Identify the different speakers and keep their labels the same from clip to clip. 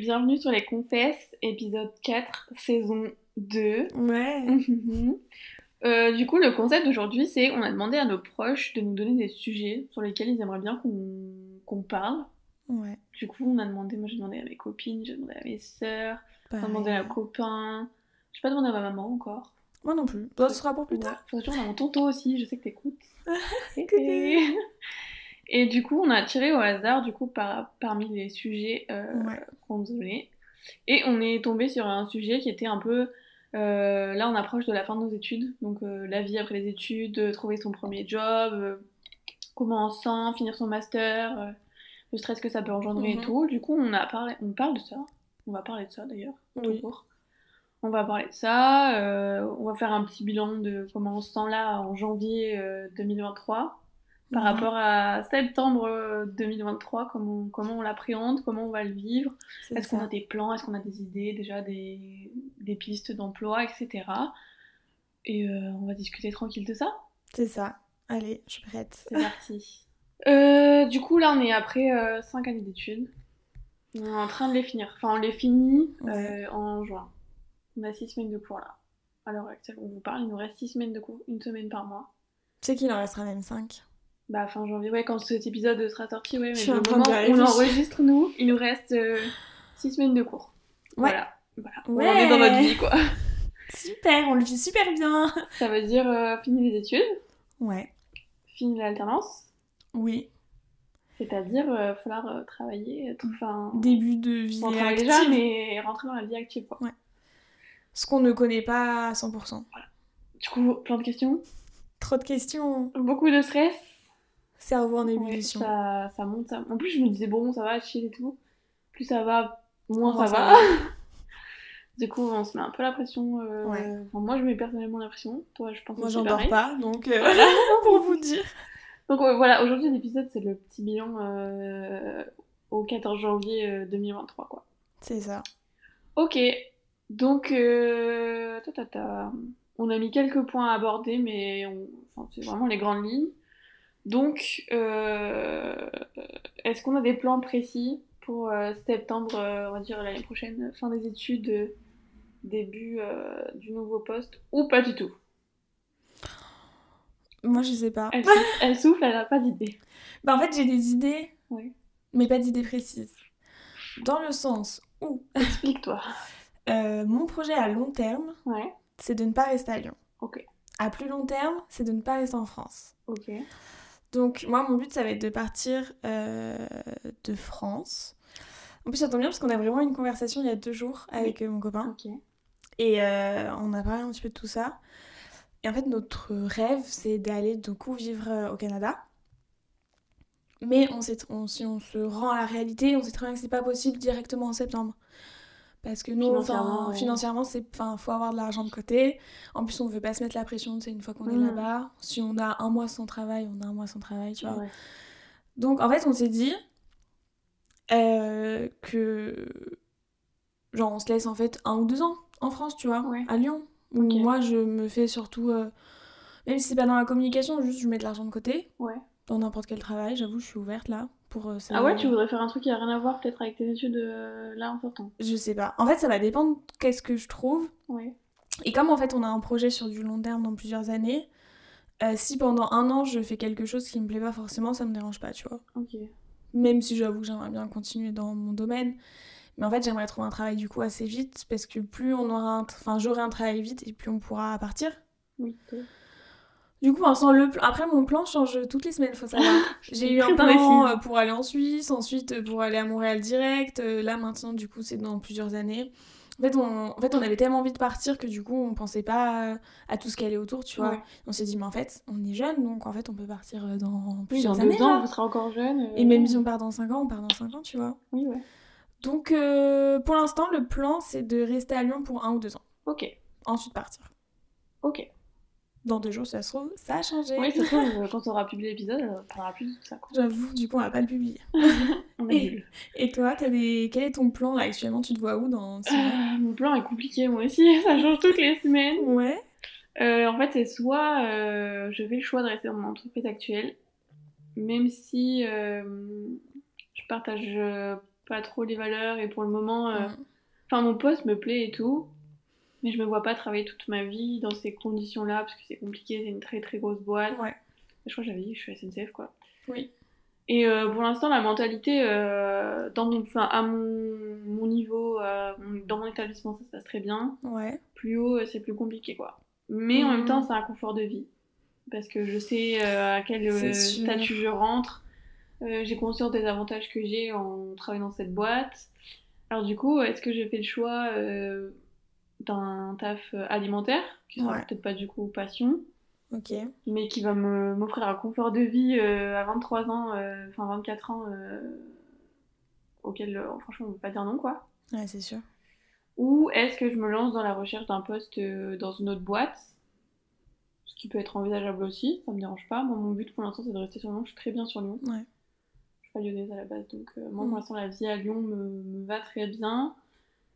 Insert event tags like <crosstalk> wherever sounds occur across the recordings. Speaker 1: bienvenue sur les confesses, épisode 4, saison 2.
Speaker 2: Ouais.
Speaker 1: <laughs> Mm. Euh, du coup, le concept d'aujourd'hui, c'est on a demandé à nos proches de nous donner des sujets sur lesquels ils aimeraient bien qu'on qu'on parle.
Speaker 2: Ouais.
Speaker 1: Du coup, on a demandé, moi j'ai demandé à mes copines, j'ai demandé à mes sœurs, j'ai demandé à
Speaker 2: pareil.
Speaker 1: mes copains, j'ai pas demandé à ma maman encore.
Speaker 2: Moi non plus. Bah, ce sera pour plus
Speaker 1: Ouais.
Speaker 2: tard.
Speaker 1: Faudrait toujours on a mon tonton aussi, je sais que t'écoutes. Eh,
Speaker 2: Coucou.
Speaker 1: Et du coup, on a tiré au hasard du coup par, parmi les sujets euh,
Speaker 2: Ouais.
Speaker 1: qu'on nous donnait. Et on est tombé sur un sujet qui était un peu. euh, là, on approche de la fin de nos études, donc euh, la vie après les études, euh, trouver son premier job, euh, comment on sent, finir son master, euh, le stress que ça peut engendrer
Speaker 2: Mhm.
Speaker 1: et tout. Du coup, on, a parlé, on parle de ça. On va parler de ça d'ailleurs, tout
Speaker 2: Oui.
Speaker 1: court. On va parler de ça. euh, on va faire un petit bilan de comment on se sent là en janvier euh, 2023 par
Speaker 2: Mhm.
Speaker 1: rapport à septembre euh, 2023, comment, comment on l'appréhende, comment on va le vivre.
Speaker 2: C'est
Speaker 1: Est-ce qu'on a
Speaker 2: ça.
Speaker 1: des plans, est-ce qu'on a des idées, déjà des, des pistes d'emploi, etc. Et euh, on va discuter tranquille de ça.
Speaker 2: C'est ça. Allez, je suis prête.
Speaker 1: C'est parti. <laughs> Euh, du coup, là, on est après 5 années d'études. On est en train de les finir. Enfin, on les finit euh,
Speaker 2: Ouais.
Speaker 1: en juin. On a 6 semaines de cours là. À l'heure actuelle, on vous parle, il nous reste 6 semaines de cours, une semaine par mois.
Speaker 2: Tu sais qu'il en restera même 5.
Speaker 1: Bah, fin janvier, ouais, quand cet épisode sera sorti, ouais, mais
Speaker 2: Je suis
Speaker 1: le
Speaker 2: en train
Speaker 1: moment
Speaker 2: de
Speaker 1: où on
Speaker 2: réfléchir.
Speaker 1: enregistre, nous, il nous reste 6 semaines de cours.
Speaker 2: Ouais.
Speaker 1: Voilà. Voilà. On en est dans notre
Speaker 2: Ouais.
Speaker 1: vie, quoi.
Speaker 2: Super, on le vit super bien.
Speaker 1: Ça veut dire euh, fini les études,
Speaker 2: Ouais.
Speaker 1: fini l'alternance,
Speaker 2: Oui.
Speaker 1: c'est-à-dire euh, falloir euh, travailler, être- enfin...
Speaker 2: Début de vie
Speaker 1: On travaille
Speaker 2: active.
Speaker 1: déjà, mais rentrer dans la vie active, quoi.
Speaker 2: Ce qu'on ne connaît pas à 100%.
Speaker 1: Du coup, plein de questions,
Speaker 2: Trop de questions.
Speaker 1: beaucoup de stress.
Speaker 2: Cerveau en
Speaker 1: Ouais,
Speaker 2: ébullition.
Speaker 1: ça, ça monte, ça... En plus, je me disais, bon, ça va, chill et tout. Plus ça va, moins
Speaker 2: Moins
Speaker 1: ça,
Speaker 2: ça
Speaker 1: va.
Speaker 2: va.
Speaker 1: <laughs> du coup, on se met un peu la pression. euh,
Speaker 2: Ouais.
Speaker 1: enfin, moi, je mets personnellement la pression. Toi, je pense
Speaker 2: Moi,
Speaker 1: que
Speaker 2: j'en
Speaker 1: c'est
Speaker 2: dors
Speaker 1: pareil.
Speaker 2: pas,
Speaker 1: <laughs>
Speaker 2: donc euh, voilà pour vous dire.
Speaker 1: Donc euh, voilà, aujourd'hui, l'épisode, c'est le petit bilan euh, au 14 janvier euh, 2023, quoi.
Speaker 2: C'est ça.
Speaker 1: Ok, donc euh, ta, ta, ta. on a mis quelques points à aborder, mais on- enfin, c'est vraiment les grandes lignes. Donc, euh, est-ce qu'on a des plans précis pour euh, septembre, euh, on va dire l'année prochaine, fin des études, euh, début euh, du nouveau poste, ou pas du tout
Speaker 2: Moi, je sais pas.
Speaker 1: <laughs> elle souffle, elle souffle, elle n'a pas d'idée.
Speaker 2: Bah, en fait, j'ai des idées,
Speaker 1: Ouais.
Speaker 2: mais pas d'idées précises. Dans le sens où
Speaker 1: Explique-toi.
Speaker 2: euh, mon projet à long terme,
Speaker 1: Ouais,
Speaker 2: c'est de ne pas rester à Lyon.
Speaker 1: Ok.
Speaker 2: À plus long terme, c'est de ne pas rester en France.
Speaker 1: ok.
Speaker 2: Donc moi, mon but, ça va être de partir euh, de France. En plus, ça tombe bien parce qu'on a vraiment eu une conversation il y a deux jours avec euh, mon copain.
Speaker 1: Ok.
Speaker 2: Et euh, on a parlé un petit peu de tout ça. Et en fait, notre rêve, c'est d'aller du coup vivre euh, au Canada. Mais on sait, on, si on se rend à la réalité, on sait très bien que c'est pas possible directement en septembre. Parce que nous,
Speaker 1: Financièrement,
Speaker 2: enfin,
Speaker 1: ouais.
Speaker 2: financièrement, c'est, enfin, faut avoir de l'argent de côté. En plus, on veut pas se mettre la pression, c'est une fois qu'on est
Speaker 1: Mhm.
Speaker 2: là-bas. Si on a un mois sans travail, on a un mois sans travail, tu vois.
Speaker 1: Ouais.
Speaker 2: Donc en fait, on s'est dit euh, que genre on se laisse en fait un ou deux ans en France, tu vois,
Speaker 1: Ouais.
Speaker 2: à Lyon. Où
Speaker 1: Ok.
Speaker 2: Moi, je me fais surtout, euh, même si c'est pas dans la communication, juste je mets de l'argent de côté
Speaker 1: Ouais.
Speaker 2: dans n'importe quel travail. J'avoue, je suis ouverte là pour euh, ça.
Speaker 1: Ah ouais, tu voudrais faire un truc qui a rien à voir peut-être avec tes études euh, là en sortant
Speaker 2: Je sais pas. En fait, ça va dépendre qu'est-ce que je trouve.
Speaker 1: Ouais.
Speaker 2: Et comme en fait, on a un projet sur du long terme dans plusieurs années. euh, si pendant un an je fais quelque chose qui me plaît pas forcément, ça me dérange pas, tu vois.
Speaker 1: Ok.
Speaker 2: même si j'avoue que j'aimerais bien continuer dans mon domaine. Mais en fait, j'aimerais trouver un travail du coup assez vite parce que plus on aura un tra- enfin j'aurai un travail vite et plus on pourra partir.
Speaker 1: Oui. toi.
Speaker 2: Du coup, sans le pl- après mon plan change toutes les semaines,
Speaker 1: <laughs>
Speaker 2: faut savoir. J'ai eu un
Speaker 1: Très
Speaker 2: plan
Speaker 1: indécise.
Speaker 2: euh, pour aller en Suisse, ensuite euh, pour aller à Montréal direct. euh, Là maintenant, du coup, c'est dans plusieurs années. En fait, on... en fait, on avait tellement envie de partir que du coup, on pensait pas à- à tout ce qui allait autour, tu vois.
Speaker 1: Ouais.
Speaker 2: On s'est dit, mais en fait, on est jeune, donc en fait, on peut partir euh, dans
Speaker 1: Oui,
Speaker 2: plusieurs
Speaker 1: dans
Speaker 2: années.
Speaker 1: deux ans,
Speaker 2: là.
Speaker 1: vous serez encore jeune. euh,
Speaker 2: Et même si on part dans 5 ans, on part dans 5 ans, tu vois.
Speaker 1: Oui, ouais.
Speaker 2: Donc euh, pour l'instant, le plan c'est de rester à Lyon pour un ou deux ans,
Speaker 1: Ok,
Speaker 2: ensuite partir.
Speaker 1: ok.
Speaker 2: Dans deux jours, si ça se trouve, ça a changé.
Speaker 1: Oui, ça se
Speaker 2: <laughs>
Speaker 1: trouve, euh, quand on aura publié l'épisode, on parlera plus de tout ça. Quoi.
Speaker 2: J'avoue, du coup, on va pas le publier.
Speaker 1: On
Speaker 2: Et-
Speaker 1: annule.
Speaker 2: Et toi, as des... quel est ton plan là actuellement Tu te vois où dans six mois
Speaker 1: Euh, mon plan est compliqué, moi aussi, <laughs> ça change toutes les semaines.
Speaker 2: Ouais.
Speaker 1: Euh, en fait, c'est soit euh, je fais le choix de rester dans mon entreprise actuelle, même si euh, je partage euh, pas trop les valeurs et pour le moment, euh, enfin mon poste me plaît et tout, mais je me vois pas travailler toute ma vie dans ces conditions-là parce que c'est compliqué, c'est une très très grosse boîte.
Speaker 2: Ouais.
Speaker 1: Je crois que j'avais dit que je suis SNCF quoi.
Speaker 2: Oui.
Speaker 1: Et euh, pour l'instant, la mentalité, euh, dans mon, enfin, à mon, mon niveau, euh, mon- dans mon établissement, ça se passe très bien.
Speaker 2: Ouais.
Speaker 1: Plus haut, euh, c'est plus compliqué, quoi. Mais en
Speaker 2: Mhm.
Speaker 1: même temps, c'est un confort de vie. Parce que je sais euh, à quel
Speaker 2: C'est
Speaker 1: euh,
Speaker 2: sûr.
Speaker 1: statut je rentre. Euh, j'ai conscience des avantages que j'ai en travaillant dans cette boîte. Alors du coup, est-ce que je fais le choix euh, d'un taf euh, alimentaire, qui sera
Speaker 2: Ouais.
Speaker 1: peut-être pas du coup passion,
Speaker 2: Ok.
Speaker 1: mais qui va me- m'offrir un confort de vie euh, à 23 ans, euh, enfin 24 ans, euh, auquel euh, franchement on peut pas dire non quoi.
Speaker 2: Ouais, c'est sûr.
Speaker 1: Ou est-ce que je me lance dans la recherche d'un poste euh, dans une autre boîte Ce qui peut être envisageable aussi, ça me dérange pas. Moi, mon but pour l'instant c'est de rester sur Lyon, je suis très bien sur Lyon.
Speaker 2: Ouais.
Speaker 1: Je suis pas lyonnaise à la base donc euh, moi
Speaker 2: Mm.
Speaker 1: pour l'instant la vie à Lyon me, me va très bien.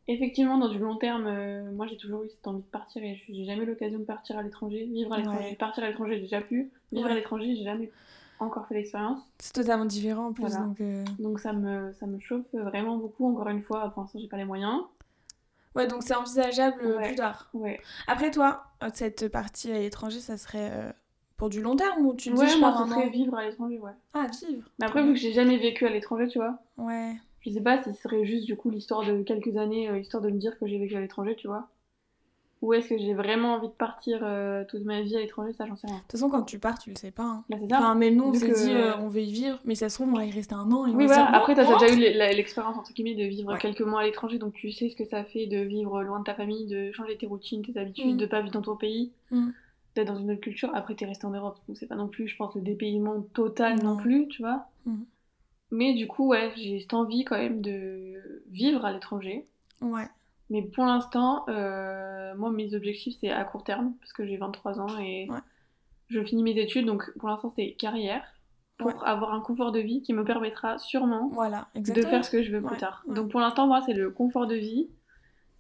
Speaker 1: Effectivement, dans du long terme, euh, moi j'ai toujours eu cette envie de partir et j'ai jamais eu l'occasion de partir à l'étranger, vivre à l'étranger.
Speaker 2: Ouais.
Speaker 1: Partir à l'étranger, j'ai déjà pu. Vivre
Speaker 2: Ouais.
Speaker 1: à l'étranger, j'ai jamais encore fait l'expérience.
Speaker 2: C'est totalement différent en plus,
Speaker 1: Voilà.
Speaker 2: donc. euh,
Speaker 1: Donc ça me, ça me chauffe vraiment beaucoup, encore une fois. Pour l'instant, j'ai pas les moyens.
Speaker 2: Ouais, donc c'est envisageable euh,
Speaker 1: Ouais.
Speaker 2: plus tard.
Speaker 1: Ouais,
Speaker 2: Après toi, euh, cette partie à l'étranger, ça serait euh, pour du long terme ou tu te
Speaker 1: ouais
Speaker 2: dis je
Speaker 1: moi,
Speaker 2: pars
Speaker 1: ça
Speaker 2: un
Speaker 1: serait
Speaker 2: an
Speaker 1: vivre à l'étranger, ouais.
Speaker 2: Ah, vivre.
Speaker 1: Mais après, vu que j'ai jamais vécu à l'étranger, tu vois,
Speaker 2: Ouais.
Speaker 1: je sais pas si ce serait juste du coup l'histoire de quelques années, euh, histoire de me dire que j'ai vécu à l'étranger, tu vois. Ou est-ce que j'ai vraiment envie de partir euh, toute ma vie à l'étranger, ça j'en sais rien.
Speaker 2: De toute façon, quand tu pars, tu le sais pas. hein.
Speaker 1: Là, c'est ça.
Speaker 2: Enfin, même nous, on
Speaker 1: Vu
Speaker 2: s'est
Speaker 1: que-
Speaker 2: dit euh, on veut y vivre, mais ça se trouve, on va y rester un an. Et on
Speaker 1: oui,
Speaker 2: va se
Speaker 1: voilà.
Speaker 2: dire,
Speaker 1: Après,
Speaker 2: bon,
Speaker 1: t'as t'as
Speaker 2: on
Speaker 1: déjà eu l'e- la- l'expérience, entre guillemets, de vivre
Speaker 2: Ouais.
Speaker 1: quelques mois à l'étranger, donc tu sais ce que ça fait de vivre loin de ta famille, de changer tes routines, tes habitudes,
Speaker 2: Mm.
Speaker 1: de pas vivre dans ton pays,
Speaker 2: Mm.
Speaker 1: d'être dans une autre culture. Après, t'es resté en Europe, donc c'est pas non plus, je pense, le dépaysement total non,
Speaker 2: Non.
Speaker 1: plus, tu vois.
Speaker 2: Mm.
Speaker 1: Mais du coup, ouais, j'ai cette envie quand même de vivre à l'étranger.
Speaker 2: rentre. oh, Ouais.
Speaker 1: Mais pour l'instant, euh, moi, mes objectifs, c'est à court terme, parce que j'ai 23 ans et
Speaker 2: Ouais.
Speaker 1: je finis mes études, donc pour l'instant, c'est carrière, pour
Speaker 2: Ouais.
Speaker 1: avoir un confort de vie qui me permettra sûrement
Speaker 2: Voilà,
Speaker 1: de
Speaker 2: exactement.
Speaker 1: faire ce que je veux plus
Speaker 2: Ouais,
Speaker 1: tard.
Speaker 2: ouais.
Speaker 1: Donc pour l'instant, moi, c'est le confort de vie.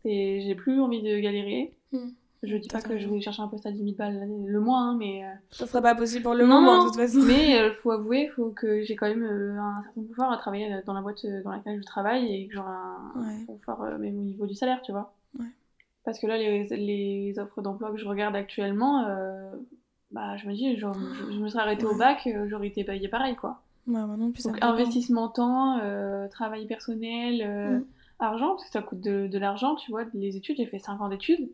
Speaker 1: Et j'ai plus envie de galérer.
Speaker 2: Hmm.
Speaker 1: Je dis pas
Speaker 2: T'as
Speaker 1: que je
Speaker 2: raison.
Speaker 1: vais chercher un poste à 10 000 balles l'année- le mois, hein, mais euh,
Speaker 2: Ça serait pas possible pour le
Speaker 1: Non,
Speaker 2: moment,
Speaker 1: non.
Speaker 2: de toute façon.
Speaker 1: mais euh, faut avouer, faut que j'ai quand même euh, un certain pouvoir à travailler euh, dans la boîte euh, dans laquelle je travaille et que j'aurai un
Speaker 2: Ouais.
Speaker 1: confort euh, même au niveau du salaire, tu vois.
Speaker 2: Ouais.
Speaker 1: Parce que là, les, les offres d'emploi que je regarde actuellement, euh, bah je me dis, genre, je, je me serais arrêtée au
Speaker 2: Ouais.
Speaker 1: bac, euh, j'aurais été payée pareil, quoi.
Speaker 2: Ouais, moi non plus, ça
Speaker 1: Donc
Speaker 2: me fait
Speaker 1: investissement temps, euh, travail personnel, euh,
Speaker 2: Mm.
Speaker 1: argent, parce que ça coûte de, de l'argent, tu vois, les études, j'ai fait 5 ans d'études.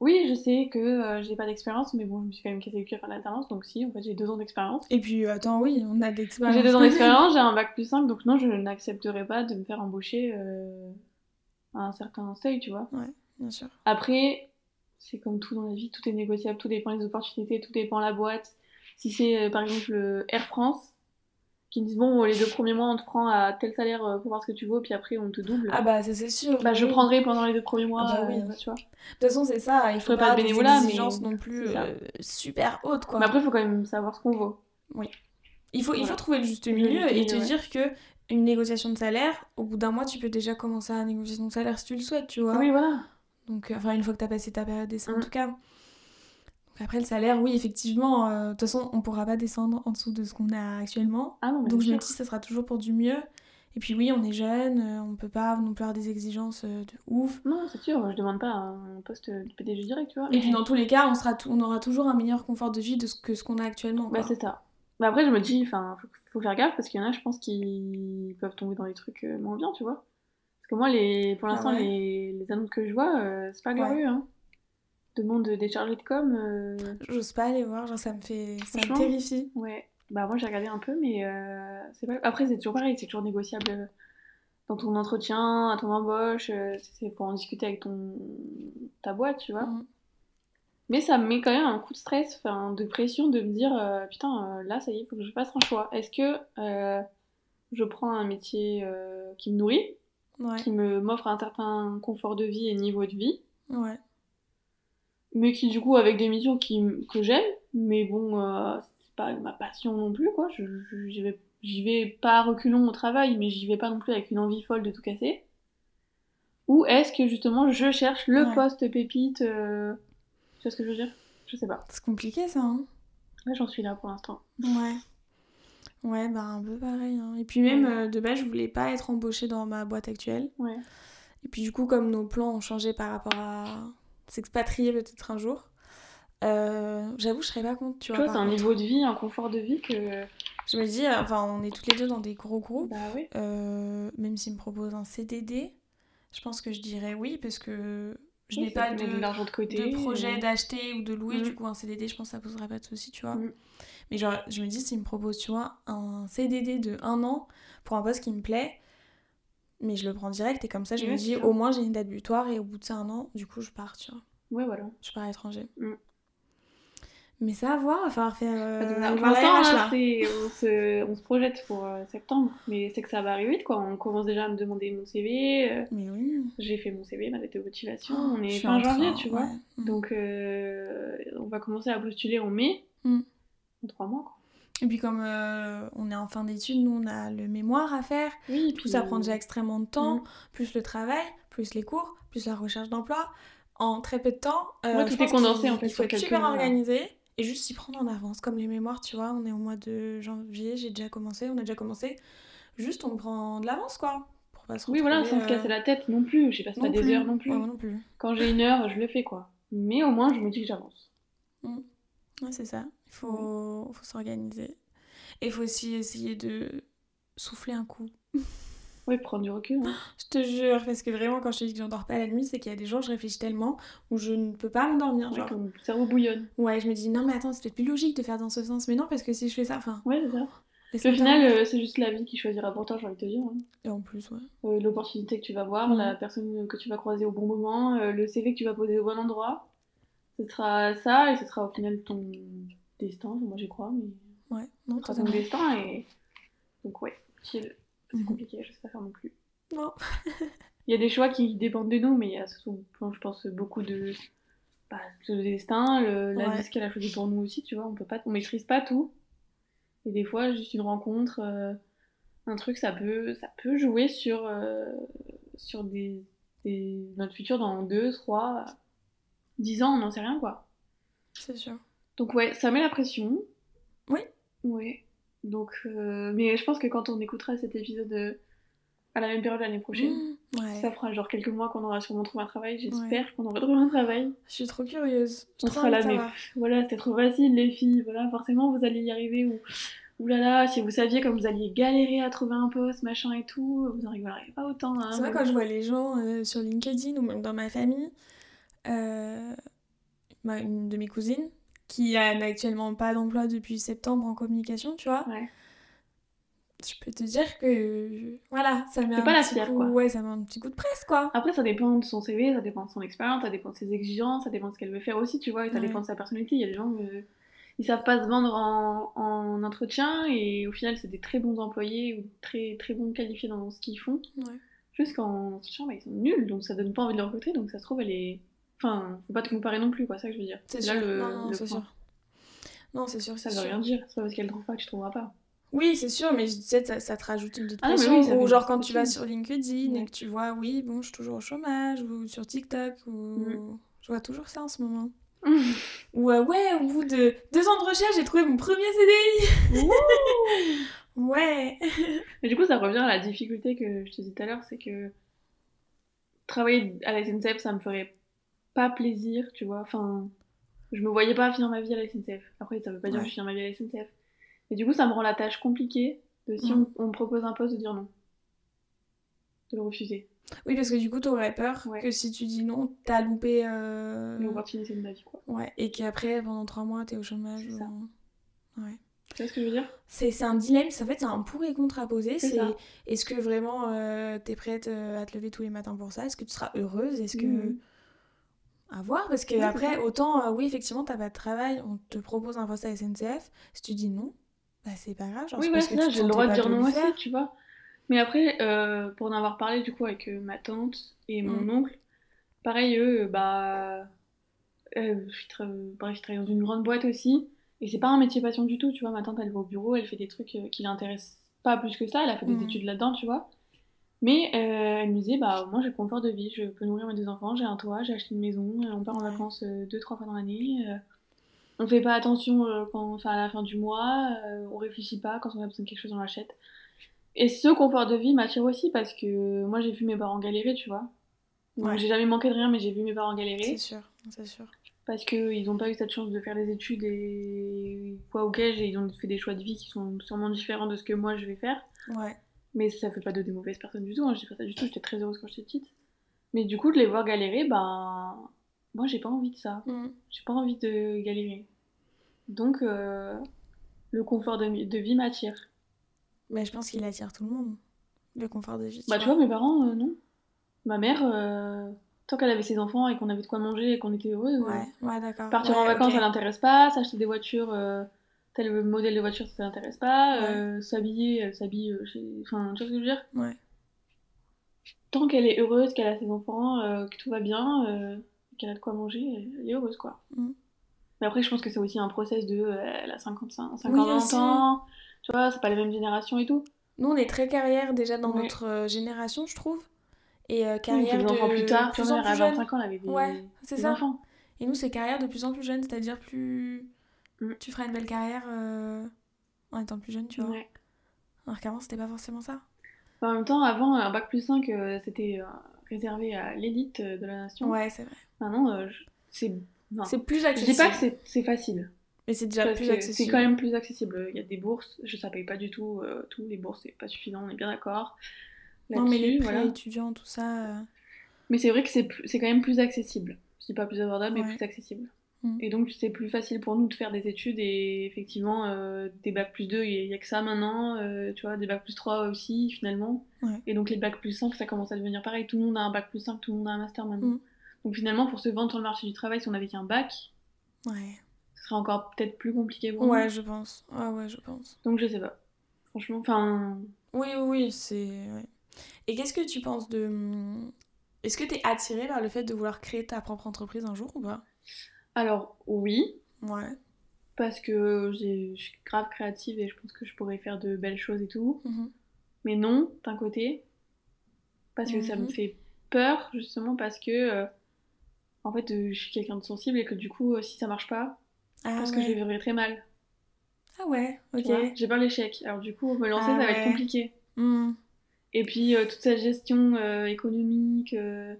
Speaker 1: Oui, je sais que euh, j'ai pas d'expérience, mais bon, je me suis quand même cassé le cœur à l'alternance, donc si, en fait, j'ai 2 ans d'expérience.
Speaker 2: pas. Et puis, euh, attends, oui, on a de l'expérience.
Speaker 1: J'ai 2 ans d'expérience, j'ai un bac plus 5, donc non, je n'accepterai pas de me faire embaucher euh, à un certain seuil, tu vois.
Speaker 2: <laughs> Bien sûr.
Speaker 1: Après, c'est comme tout dans la vie, tout est négociable, tout dépend des opportunités, tout dépend la boîte. Si c'est euh, par exemple euh, Air France, qui me disent bon, les deux premiers mois on te prend à tel salaire euh, pour voir ce que tu vaux, puis après on te double.
Speaker 2: Ah bah, ça c'est sûr.
Speaker 1: bah, je
Speaker 2: oui.
Speaker 1: prendrai pendant les deux premiers mois,
Speaker 2: Ah bah oui.
Speaker 1: euh, tu vois.
Speaker 2: De toute façon, c'est ça. Il
Speaker 1: Je
Speaker 2: faut
Speaker 1: ferai pas
Speaker 2: pas
Speaker 1: de
Speaker 2: des
Speaker 1: bénévolat, mais
Speaker 2: exigences non plus
Speaker 1: c'est ça.
Speaker 2: euh, super hautes, quoi.
Speaker 1: Mais après, il faut quand même savoir ce qu'on vaut.
Speaker 2: Il faut, il faut
Speaker 1: Voilà.
Speaker 2: trouver le juste
Speaker 1: Le
Speaker 2: milieu
Speaker 1: juste
Speaker 2: et
Speaker 1: milieu,
Speaker 2: te
Speaker 1: ouais.
Speaker 2: dire que une négociation de salaire, au bout d'un mois, tu peux déjà commencer à négocier ton salaire si tu le souhaites, tu vois.
Speaker 1: Oui, voilà.
Speaker 2: Donc, euh, enfin, une fois que t'as passé ta période d'essai, en
Speaker 1: Mm.
Speaker 2: tout cas. Donc après, le salaire, oui, effectivement. euh, De toute façon, on pourra pas descendre en dessous de ce qu'on a actuellement.
Speaker 1: Ah non, mais
Speaker 2: Donc, je
Speaker 1: bien
Speaker 2: me dis,
Speaker 1: sûr.
Speaker 2: ça sera toujours pour du mieux. Et puis, oui, on est jeune, euh, on peut pas non plus avoir des exigences euh, de ouf.
Speaker 1: Non, c'est sûr, je demande pas un poste de PDG direct, tu vois.
Speaker 2: Et puis, dans tous les cas, on, sera tou- on aura toujours un meilleur confort de vie de ce que ce qu'on a actuellement.
Speaker 1: Bah,
Speaker 2: quoi.
Speaker 1: c'est ça. Mais après, je me dis, enfin, faut, faut faire gaffe parce qu'il y en a, je pense, qui peuvent tomber dans des trucs euh, moins bien, tu vois. Parce que moi, les, pour
Speaker 2: Ah
Speaker 1: l'instant,
Speaker 2: ouais.
Speaker 1: les, les annonces que je vois, euh, c'est pas glorieux, hein. Demande des chargés de com, euh,
Speaker 2: J'ose pas aller voir, genre, ça me fait. Ça me
Speaker 1: Franchement.
Speaker 2: terrifie.
Speaker 1: ouais. Bah, moi, j'ai regardé un peu, mais euh, c'est pas. Après, c'est toujours pareil, c'est toujours négociable euh, dans ton entretien, à ton embauche, euh, c'est pour en discuter avec ton... ta boîte, tu vois.
Speaker 2: Mm.
Speaker 1: Mais ça me met quand même un coup de stress, enfin de pression de me dire euh, putain euh, là ça y est, faut que je fasse un choix. Est-ce que euh, je prends un métier euh, qui me nourrit,
Speaker 2: Ouais,
Speaker 1: qui me m'offre un certain confort de vie et niveau de vie,
Speaker 2: ouais.
Speaker 1: mais qui du coup avec des missions qui, m- que j'aime, mais bon euh, c'est pas ma passion non plus quoi. Je, je- j'y vais j'y vais pas à reculons au travail, mais j'y vais pas non plus avec une envie folle de tout casser. Ou est-ce que justement je cherche le
Speaker 2: Ouais.
Speaker 1: poste pépite, euh, tu vois ce que je veux dire Je sais pas.
Speaker 2: C'est compliqué, ça, hein.
Speaker 1: Là j'en suis là pour l'instant.
Speaker 2: Ouais. Ouais, bah un peu pareil. hein. Et puis même, euh, de base, je voulais pas être embauchée dans ma boîte actuelle.
Speaker 1: Ouais.
Speaker 2: Et puis du coup, comme nos plans ont changé par rapport à s'expatrier peut-être un jour, euh, j'avoue, je serais pas contre, tu
Speaker 1: Tu
Speaker 2: vois.
Speaker 1: vois,
Speaker 2: par
Speaker 1: c'est un
Speaker 2: contre.
Speaker 1: niveau de vie, un confort de vie que.
Speaker 2: Je me dis, euh, enfin, on est toutes les deux dans des gros groupes.
Speaker 1: Bah oui.
Speaker 2: Euh, même s'ils me proposent un CDD, je pense que je dirais oui parce que je
Speaker 1: Oui,
Speaker 2: n'ai
Speaker 1: ça
Speaker 2: pas
Speaker 1: te met
Speaker 2: de,
Speaker 1: l'argent de côté. euh,
Speaker 2: de projet
Speaker 1: et-
Speaker 2: d'acheter ou de louer,
Speaker 1: Mm.
Speaker 2: du coup un CDD, je pense que ça posera pas de souci, tu vois.
Speaker 1: Mm.
Speaker 2: Mais genre, je me dis, s'ils me proposent, tu vois, un CDD de un an pour un poste qui me plaît, mais je le prends direct et comme ça, je
Speaker 1: Ouais,
Speaker 2: me
Speaker 1: c'est
Speaker 2: dis,
Speaker 1: ça.
Speaker 2: au moins j'ai une date butoir et au bout de ça, un an, du coup, je pars, tu vois.
Speaker 1: Ouais, voilà.
Speaker 2: Je pars à l'étranger.
Speaker 1: Mm. Bah,
Speaker 2: Mais ça, à voir, il va falloir faire.
Speaker 1: Attends,
Speaker 2: euh,
Speaker 1: pour
Speaker 2: voir la
Speaker 1: l'instant,
Speaker 2: RH,
Speaker 1: là, hein, c'est- on, se, on se projette pour euh, septembre, mais c'est que ça va arriver vite, quoi. On commence déjà à me demander mon CV. euh,
Speaker 2: Mais oui.
Speaker 1: J'ai fait mon CV, ma lettre de motivation. on
Speaker 2: Oh, je
Speaker 1: est
Speaker 2: suis
Speaker 1: fin
Speaker 2: en train,
Speaker 1: janvier, tu vois.
Speaker 2: ouais. Mm.
Speaker 1: Donc, euh, on va commencer à postuler en mai.
Speaker 2: Mm.
Speaker 1: En trois mois, quoi.
Speaker 2: Et puis comme euh, on est en fin d'études, nous on a le mémoire à faire,
Speaker 1: Oui,
Speaker 2: tout ça prend déjà extrêmement de temps,
Speaker 1: Mm.
Speaker 2: plus le travail, plus les cours, plus la recherche d'emploi, en très peu de temps. Euh,
Speaker 1: Ouais, tout
Speaker 2: je
Speaker 1: est
Speaker 2: pense
Speaker 1: condensé,
Speaker 2: qu'il-
Speaker 1: en fait,
Speaker 2: Il faut
Speaker 1: sur
Speaker 2: être
Speaker 1: quelques
Speaker 2: super
Speaker 1: mois, là.
Speaker 2: organisé et juste s'y prendre en avance, comme les mémoires, tu vois, on est au mois de janvier, j'ai déjà commencé, on a déjà commencé, juste on prend de l'avance quoi, pour pas se
Speaker 1: Oui, voilà,
Speaker 2: retrouver,
Speaker 1: sans se casser
Speaker 2: euh,
Speaker 1: la tête non plus. Je passe pas
Speaker 2: non
Speaker 1: des
Speaker 2: plus.
Speaker 1: heures non plus.
Speaker 2: Ouais, moi non plus.
Speaker 1: Quand j'ai une heure, je le fais, quoi. Mais au moins, je me dis que j'avance.
Speaker 2: Ouais, c'est ça. Il faut, faut s'organiser. Et il faut aussi essayer de souffler un coup.
Speaker 1: Oui, prendre du recul. hein.
Speaker 2: Je te jure, parce que vraiment, quand je te dis que j'endors pas la nuit, c'est qu'il y a des jours, je réfléchis tellement où je ne peux pas m'endormir.
Speaker 1: Ouais,
Speaker 2: Genre,
Speaker 1: que mon cerveau bouillonne.
Speaker 2: ouais, je me dis, non, mais attends, c'est peut-être plus logique de faire dans ce sens. Mais non, parce que si je fais ça, enfin.
Speaker 1: Ouais, c'est ça. Parce
Speaker 2: laisse-moi
Speaker 1: qu'au final,
Speaker 2: dormir.
Speaker 1: euh, c'est juste la vie qui choisira pour toi, j'ai envie de te dire. hein.
Speaker 2: Et en plus, ouais.
Speaker 1: Euh, L'opportunité que tu vas voir,
Speaker 2: Mhm.
Speaker 1: la personne que tu vas croiser au bon moment, euh, le CV que tu vas poser au bon endroit. Ce sera ça et ce sera au final ton destin. Enfin, Moi, j'y crois, mais
Speaker 2: Ouais, non,
Speaker 1: ce sera ton
Speaker 2: totalement.
Speaker 1: destin. Et... Donc, ouais, chill. C'est
Speaker 2: Mhm.
Speaker 1: compliqué, je sais pas faire non plus.
Speaker 2: Non. <laughs>
Speaker 1: Il y a des choix qui dépendent de nous, mais il y a surtout, enfin, je pense, beaucoup de. Bah, le destin, le- la
Speaker 2: Ouais.
Speaker 1: vie, ce qu'elle a choisi pour nous aussi, tu vois. On peut pas, on maîtrise pas tout. Et des fois, juste une rencontre, euh, un truc, ça peut, ça peut jouer sur, euh, sur des, des- notre futur dans 2, 3, 10 ans, on n'en sait rien, quoi.
Speaker 2: C'est sûr.
Speaker 1: Donc, ouais, ça met la pression.
Speaker 2: Oui.
Speaker 1: Ouais. Donc, euh, mais je pense que quand on écoutera cet épisode euh, à la même période l'année prochaine,
Speaker 2: Mmh, ouais.
Speaker 1: ça fera genre quelques mois qu'on aura sûrement trouvé un travail, j'espère qu'on aura trouvé un travail.
Speaker 2: Je suis trop curieuse.
Speaker 1: On
Speaker 2: J'ai trop
Speaker 1: sera
Speaker 2: envie
Speaker 1: là,
Speaker 2: de
Speaker 1: mais
Speaker 2: savoir.
Speaker 1: pff, voilà, c'était trop facile les filles, voilà, forcément vous allez y arriver ou oulala, si vous saviez comme vous alliez galérer à trouver un poste, machin et tout, vous en rigoleriez pas autant. Hein,
Speaker 2: C'est vrai,
Speaker 1: voilà.
Speaker 2: quand je vois les gens euh, sur LinkedIn ou même dans ma famille, euh, ma- une de mes cousines, qui a- n'a actuellement pas d'emploi depuis septembre en communication, tu vois,
Speaker 1: Ouais.
Speaker 2: je peux te dire que, euh, voilà, ça met
Speaker 1: C'est
Speaker 2: un
Speaker 1: pas la
Speaker 2: petit
Speaker 1: fière,
Speaker 2: coup...
Speaker 1: quoi.
Speaker 2: Ouais, ça met un petit coup de presse, quoi.
Speaker 1: Après, ça dépend de son CV, ça dépend de son expérience, ça dépend de ses exigences, ça dépend de ce qu'elle veut faire aussi, tu vois, et ça
Speaker 2: Ouais.
Speaker 1: dépend de sa personnalité. Il y a des gens qui ils savent pas se vendre en, en entretien et au final, c'est des très bons employés ou très, très bons qualifiés dans ce qu'ils font.
Speaker 2: Ouais.
Speaker 1: Juste qu'en entretien, bah, ils sont nuls, donc ça donne pas envie de leur côté, donc ça se trouve, elle est. Enfin, faut pas te comparer non plus, quoi, c'est ça que je veux dire.
Speaker 2: C'est
Speaker 1: là
Speaker 2: sûr.
Speaker 1: le.
Speaker 2: non, non,
Speaker 1: le
Speaker 2: c'est
Speaker 1: point.
Speaker 2: sûr. Non, c'est sûr,
Speaker 1: Ça
Speaker 2: c'est
Speaker 1: veut
Speaker 2: sûr.
Speaker 1: rien dire, c'est pas parce qu'elle trouve pas que tu trouveras pas.
Speaker 2: Oui, c'est sûr, mais je- tu sais, ça, ça te rajoute une petite
Speaker 1: Ah non, mais
Speaker 2: pression.
Speaker 1: oui, ça
Speaker 2: ou
Speaker 1: fait
Speaker 2: genre
Speaker 1: une
Speaker 2: quand
Speaker 1: petite
Speaker 2: tu vas
Speaker 1: pression.
Speaker 2: sur LinkedIn
Speaker 1: Ouais.
Speaker 2: et que tu vois, oui, bon, je suis toujours au chômage, ou sur TikTok, ou...
Speaker 1: Mm.
Speaker 2: Je vois toujours ça en ce
Speaker 1: <laughs>
Speaker 2: moment. Ou euh, ouais, au bout de deux ans de recherche, j'ai trouvé mon premier CDI. <laughs> Ouais.
Speaker 1: Mais du coup, ça revient à la difficulté que je te disais tout à l'heure, c'est que travailler à la SNCF, ça me ferait pas plaisir, tu vois. Enfin, je me voyais pas finir ma vie à la SNCF. Après, ça veut pas dire que
Speaker 2: Ouais.
Speaker 1: je finis ma vie à la SNCF. Et du coup, ça me rend la tâche compliquée de si
Speaker 2: Mhm.
Speaker 1: on, on me propose un poste de dire non. De le refuser.
Speaker 2: Oui, parce que du coup, t'aurais peur
Speaker 1: Ouais.
Speaker 2: que si tu dis non, t'as loupé. euh,
Speaker 1: L'opportunité de ma vie, quoi.
Speaker 2: Ouais. Et qu'après, pendant trois mois, t'es au chômage.
Speaker 1: C'est ça.
Speaker 2: ou- Ouais.
Speaker 1: Tu vois ce que je veux dire
Speaker 2: C'est c'est un dilemme, c'est- en fait, c'est un pour et contre à poser.
Speaker 1: C'est
Speaker 2: C'est
Speaker 1: ça.
Speaker 2: est-ce que vraiment euh, t'es prête euh, à te lever tous les matins pour ça Est-ce que tu seras heureuse Est-ce que.
Speaker 1: Mhm.
Speaker 2: À voir, parce que
Speaker 1: Ouais, c'est
Speaker 2: après,
Speaker 1: ça.
Speaker 2: autant, euh, oui, effectivement, t'as pas de travail, on te propose un poste à SNCF. Si tu dis non, bah c'est pas grave. Genre,
Speaker 1: Oui,
Speaker 2: c'est
Speaker 1: voilà,
Speaker 2: parce
Speaker 1: c'est
Speaker 2: que
Speaker 1: ça,
Speaker 2: tu te
Speaker 1: j'ai le droit de
Speaker 2: sentais
Speaker 1: dire
Speaker 2: pas le
Speaker 1: non aussi,
Speaker 2: faire.
Speaker 1: tu vois. Mais après, euh, pour en avoir parlé du coup avec euh, ma tante et mon
Speaker 2: Mm.
Speaker 1: oncle, pareil, eux, euh, bah. euh, je tra- Bref, je travaille dans une grande boîte aussi. Et c'est pas un métier passion du tout, tu vois. Ma tante, elle va au bureau, elle fait des trucs euh, qui l'intéressent pas plus que ça. Elle a fait des
Speaker 2: Mm.
Speaker 1: études là-dedans, tu vois. Mais euh, elle me disait, bah, moi j'ai le confort de vie, je peux nourrir mes deux enfants, j'ai un toit, j'ai acheté une maison, euh, on part en
Speaker 2: Ouais.
Speaker 1: vacances euh, deux, trois fois dans l'année. euh, On fait pas attention euh, quand, enfin, à la fin du mois, euh, on réfléchit pas, quand on a besoin de quelque chose, on l'achète. Et ce confort de vie m'attire aussi parce que euh, moi j'ai vu mes parents galérer, tu vois. Donc,
Speaker 2: Ouais.
Speaker 1: J'ai jamais manqué de rien, mais j'ai vu mes parents galérer
Speaker 2: C'est sûr, c'est sûr.
Speaker 1: parce qu'ils n'ont pas eu cette chance de faire des études et quoi au gage et ils ont fait des choix de vie qui sont sûrement différents de ce que moi je vais faire.
Speaker 2: Ouais.
Speaker 1: Mais ça fait pas de des mauvaises personnes du tout, hein, je dis pas ça du tout, j'étais très heureuse quand j'étais petite. Mais du coup, de les voir galérer, ben. Moi j'ai pas envie de ça,
Speaker 2: Mm.
Speaker 1: j'ai pas envie de galérer. Donc, euh, le confort de, mi- de vie m'attire.
Speaker 2: Mais je pense qu'il attire tout le monde, le confort de vie.
Speaker 1: Bah tu vois, mes parents, euh, non. Ma mère, euh, tant qu'elle avait ses enfants et qu'on avait de quoi manger et qu'on était heureux,
Speaker 2: Ouais, ouais, d'accord.
Speaker 1: partir en
Speaker 2: Ouais,
Speaker 1: vacances,
Speaker 2: ok.
Speaker 1: ça l'intéresse pas, s'acheter des voitures, euh, tel modèle de voiture, ça l'intéresse pas,
Speaker 2: Ouais.
Speaker 1: euh, s'habiller, elle s'habille euh, chez... Enfin, tu vois ce que je veux dire
Speaker 2: Ouais.
Speaker 1: Tant qu'elle est heureuse, qu'elle a ses enfants, euh, que tout va bien, euh, qu'elle a de quoi manger, elle- elle est heureuse, quoi.
Speaker 2: Mm.
Speaker 1: Mais après, je pense que c'est aussi un process de... euh, elle a 55, 50
Speaker 2: Oui, aussi.
Speaker 1: ans, tu vois, c'est pas les mêmes générations et tout.
Speaker 2: Nous, on est très carrière déjà dans
Speaker 1: Ouais.
Speaker 2: notre euh, génération, je trouve. Et euh,
Speaker 1: On fait
Speaker 2: carrière
Speaker 1: des
Speaker 2: de
Speaker 1: enfants plus tard, tu
Speaker 2: plus en
Speaker 1: vois, ma mère,
Speaker 2: plus
Speaker 1: à
Speaker 2: jeune.
Speaker 1: 25 ans, elle avait des,
Speaker 2: Ouais, c'est
Speaker 1: des
Speaker 2: ça.
Speaker 1: enfants.
Speaker 2: Et nous, c'est carrière de plus en plus jeune, c'est-à-dire plus.
Speaker 1: Mm.
Speaker 2: Tu feras une belle carrière euh, en étant plus jeune, tu vois.
Speaker 1: Ouais.
Speaker 2: Alors qu'avant, c'était pas forcément ça.
Speaker 1: En même temps, avant, un bac plus 5, euh, c'était euh, réservé à l'élite euh, de la nation.
Speaker 2: Ouais, c'est vrai.
Speaker 1: Maintenant, euh, je- c'est. non.
Speaker 2: C'est plus
Speaker 1: Je
Speaker 2: accessible.
Speaker 1: dis pas que c'est- c'est facile.
Speaker 2: Mais c'est déjà
Speaker 1: parce
Speaker 2: plus
Speaker 1: que C'est
Speaker 2: accessible.
Speaker 1: quand même plus accessible. Il y a des bourses, je ça paye pas du tout. euh, tous les bourses, c'est pas suffisant, on est bien d'accord.
Speaker 2: Non, mais les
Speaker 1: Là-dessus,
Speaker 2: prêts
Speaker 1: voilà.
Speaker 2: étudiants, tout ça. euh,
Speaker 1: Mais c'est vrai que c'est plus- c'est quand même plus accessible. Je dis pas plus abordable, mais
Speaker 2: Ouais.
Speaker 1: plus accessible.
Speaker 2: Mm.
Speaker 1: Et donc, c'est plus facile pour nous de faire des études. Et effectivement, euh, des bacs plus 2, il y, a que ça maintenant. euh, tu vois, des bacs plus 3 aussi, finalement.
Speaker 2: Ouais.
Speaker 1: Et donc, les bacs plus 5, ça commence à devenir pareil. Tout le monde a un bac plus 5, tout le monde a un master maintenant.
Speaker 2: Mm.
Speaker 1: Donc, finalement, pour se vendre sur le marché du travail, si on avait qu'un bac,
Speaker 2: Ouais.
Speaker 1: ce serait encore peut-être plus compliqué pour
Speaker 2: Ouais,
Speaker 1: nous.
Speaker 2: je pense. Ouais, ouais, je pense.
Speaker 1: Donc, je sais pas. Franchement, enfin.
Speaker 2: Oui, oui, oui, c'est. ouais. Et qu'est-ce que tu penses de. hum, Est-ce que t'es attirée par le fait de vouloir créer ta propre entreprise un jour ou pas
Speaker 1: Alors, oui,
Speaker 2: Ouais.
Speaker 1: parce que j'ai- je suis grave créative et je pense que je pourrais faire de belles choses et tout.
Speaker 2: Mhm.
Speaker 1: Mais non, d'un côté, parce que ça me
Speaker 2: Mhm.
Speaker 1: fait peur, justement, parce que, euh, en fait, euh, je suis quelqu'un de sensible et que du coup, euh, si ça marche pas,
Speaker 2: Ah,
Speaker 1: je pense
Speaker 2: ouais.
Speaker 1: que je le vivrai très mal.
Speaker 2: ah ouais,
Speaker 1: tu
Speaker 2: ok.
Speaker 1: vois. J'ai peur de l'échec. Alors, du coup, me lancer, ça
Speaker 2: Ah
Speaker 1: va être
Speaker 2: ouais.
Speaker 1: compliqué.
Speaker 2: Hum,
Speaker 1: Et puis, euh, toute cette gestion euh, économique, euh,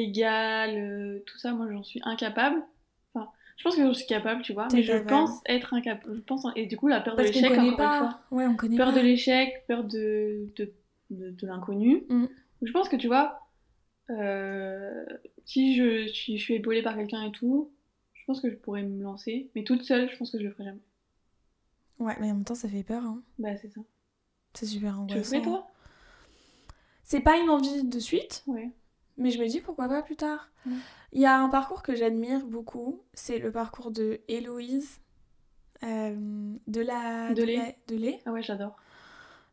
Speaker 1: légale, euh, tout ça, moi, j'en suis incapable. Enfin, je pense que j'en suis capable, tu vois,
Speaker 2: T'es
Speaker 1: mais je
Speaker 2: capable.
Speaker 1: pense être incapable. Je pense en- Et du coup, la peur
Speaker 2: Parce
Speaker 1: de
Speaker 2: qu'on
Speaker 1: l'échec,
Speaker 2: connaît
Speaker 1: encore une fois.
Speaker 2: pas. Ouais, on connaît
Speaker 1: peur de
Speaker 2: pas.
Speaker 1: l'échec, peur de, de, de, de l'inconnu.
Speaker 2: Mm.
Speaker 1: Je pense que tu vois, euh, si je, suis- je suis épaulée par quelqu'un et tout, je pense que je pourrais me lancer, mais toute seule, je pense que je le ferai jamais.
Speaker 2: Ouais, mais en même temps, ça fait peur. Hein.
Speaker 1: Bah, c'est ça.
Speaker 2: C'est super
Speaker 1: tu le
Speaker 2: angoissant.
Speaker 1: ferais
Speaker 2: hein.
Speaker 1: toi
Speaker 2: C'est pas une envie de suite,
Speaker 1: Ouais.
Speaker 2: mais je me dis pourquoi pas plus tard. Il
Speaker 1: Mm.
Speaker 2: y a un parcours que j'admire beaucoup, c'est le parcours de Héloïse euh, de la
Speaker 1: Delay.
Speaker 2: la- Delay.
Speaker 1: Ah ouais, j'adore,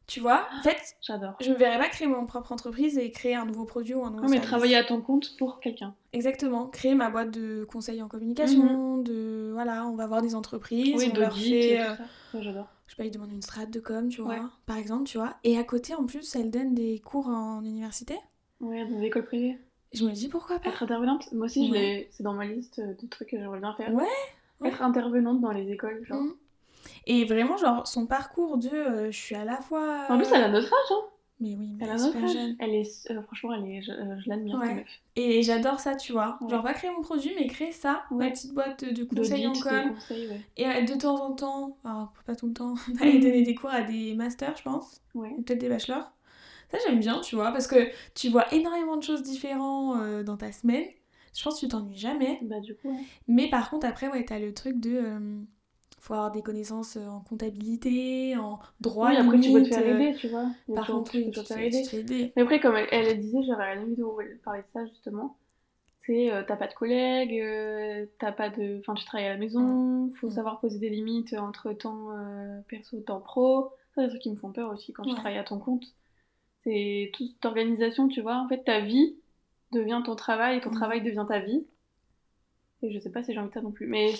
Speaker 2: Tu vois, en fait,
Speaker 1: j'adore.
Speaker 2: je me verrais pas créer mon propre entreprise et créer un nouveau produit ou un nouveau
Speaker 1: Non, Ah, mais
Speaker 2: service.
Speaker 1: travailler à ton compte pour quelqu'un.
Speaker 2: Exactement, créer ma boîte de conseils en communication, de voilà, on va voir des entreprises,
Speaker 1: Mhm. Oui,
Speaker 2: on leur
Speaker 1: d'audit
Speaker 2: fait
Speaker 1: et
Speaker 2: euh,
Speaker 1: tout ça. Ouais, j'adore.
Speaker 2: je sais pas, ils demandent une strate de com, tu vois,
Speaker 1: Ouais.
Speaker 2: par exemple, tu vois. Et à côté, en plus, elle donne des cours en université.
Speaker 1: Ouais, dans l'école privée.
Speaker 2: Je me dis pourquoi pas.
Speaker 1: Être intervenante, moi aussi, je
Speaker 2: Ouais.
Speaker 1: l'ai- c'est dans ma liste de trucs que j'aimerais bien faire.
Speaker 2: Ouais, ouais.
Speaker 1: Être intervenante dans les écoles, genre.
Speaker 2: Mm. Et vraiment, genre, son parcours de euh, je suis à la fois.
Speaker 1: En plus, elle a notre âge, hein.
Speaker 2: Mais oui,
Speaker 1: Elle
Speaker 2: mais elle
Speaker 1: a
Speaker 2: est
Speaker 1: notre
Speaker 2: super
Speaker 1: âge.
Speaker 2: jeune.
Speaker 1: Elle est, euh, franchement, elle est, je, euh, je l'admire,
Speaker 2: Ouais.
Speaker 1: cette meuf.
Speaker 2: Et j'adore ça, tu vois.
Speaker 1: Ouais.
Speaker 2: Genre, pas créer mon produit, mais créer ça,
Speaker 1: Ouais.
Speaker 2: ma petite boîte de conseils
Speaker 1: D'audit,
Speaker 2: en
Speaker 1: de
Speaker 2: com.
Speaker 1: conseils, ouais.
Speaker 2: Et euh, de temps en temps, alors pas tout le temps, <laughs>
Speaker 1: Mm.
Speaker 2: d'aller donner des cours à des masters, je pense,
Speaker 1: Ouais.
Speaker 2: ou peut-être des bachelors. Ça, j'aime bien, tu vois, parce que tu vois énormément de choses différentes euh, dans ta semaine. Je pense que tu t'ennuies jamais.
Speaker 1: Bah, du coup, ouais.
Speaker 2: Mais par contre, après, ouais, t'as le truc de. euh, faut avoir des connaissances euh, en comptabilité, en droit.
Speaker 1: Oui, après, tu peux te
Speaker 2: limite,
Speaker 1: faire
Speaker 2: euh,
Speaker 1: aider, tu vois. Il y a
Speaker 2: Par
Speaker 1: toujours-
Speaker 2: contre,
Speaker 1: tu peux
Speaker 2: oui, tu
Speaker 1: toujours te
Speaker 2: te
Speaker 1: faire
Speaker 2: fais tu
Speaker 1: aider.
Speaker 2: te fais aider.
Speaker 1: Mais après, comme elle, elle le disait, j'avais regardé une vidéo où elle parlait de ça, justement. C'est, euh, t'as pas de collègues, euh, t'as pas de... Enfin, tu travailles à la maison, faut
Speaker 2: Mm.
Speaker 1: savoir poser des limites entre temps euh, perso, temps pro. Ça, c'est des trucs qui me font peur aussi quand tu
Speaker 2: Ouais.
Speaker 1: travailles à ton compte. C'est toute cette organisation, tu vois. En fait, ta vie devient ton travail et ton
Speaker 2: Mm.
Speaker 1: travail devient ta vie. Et je sais pas si j'ai envie de ça non plus. Mais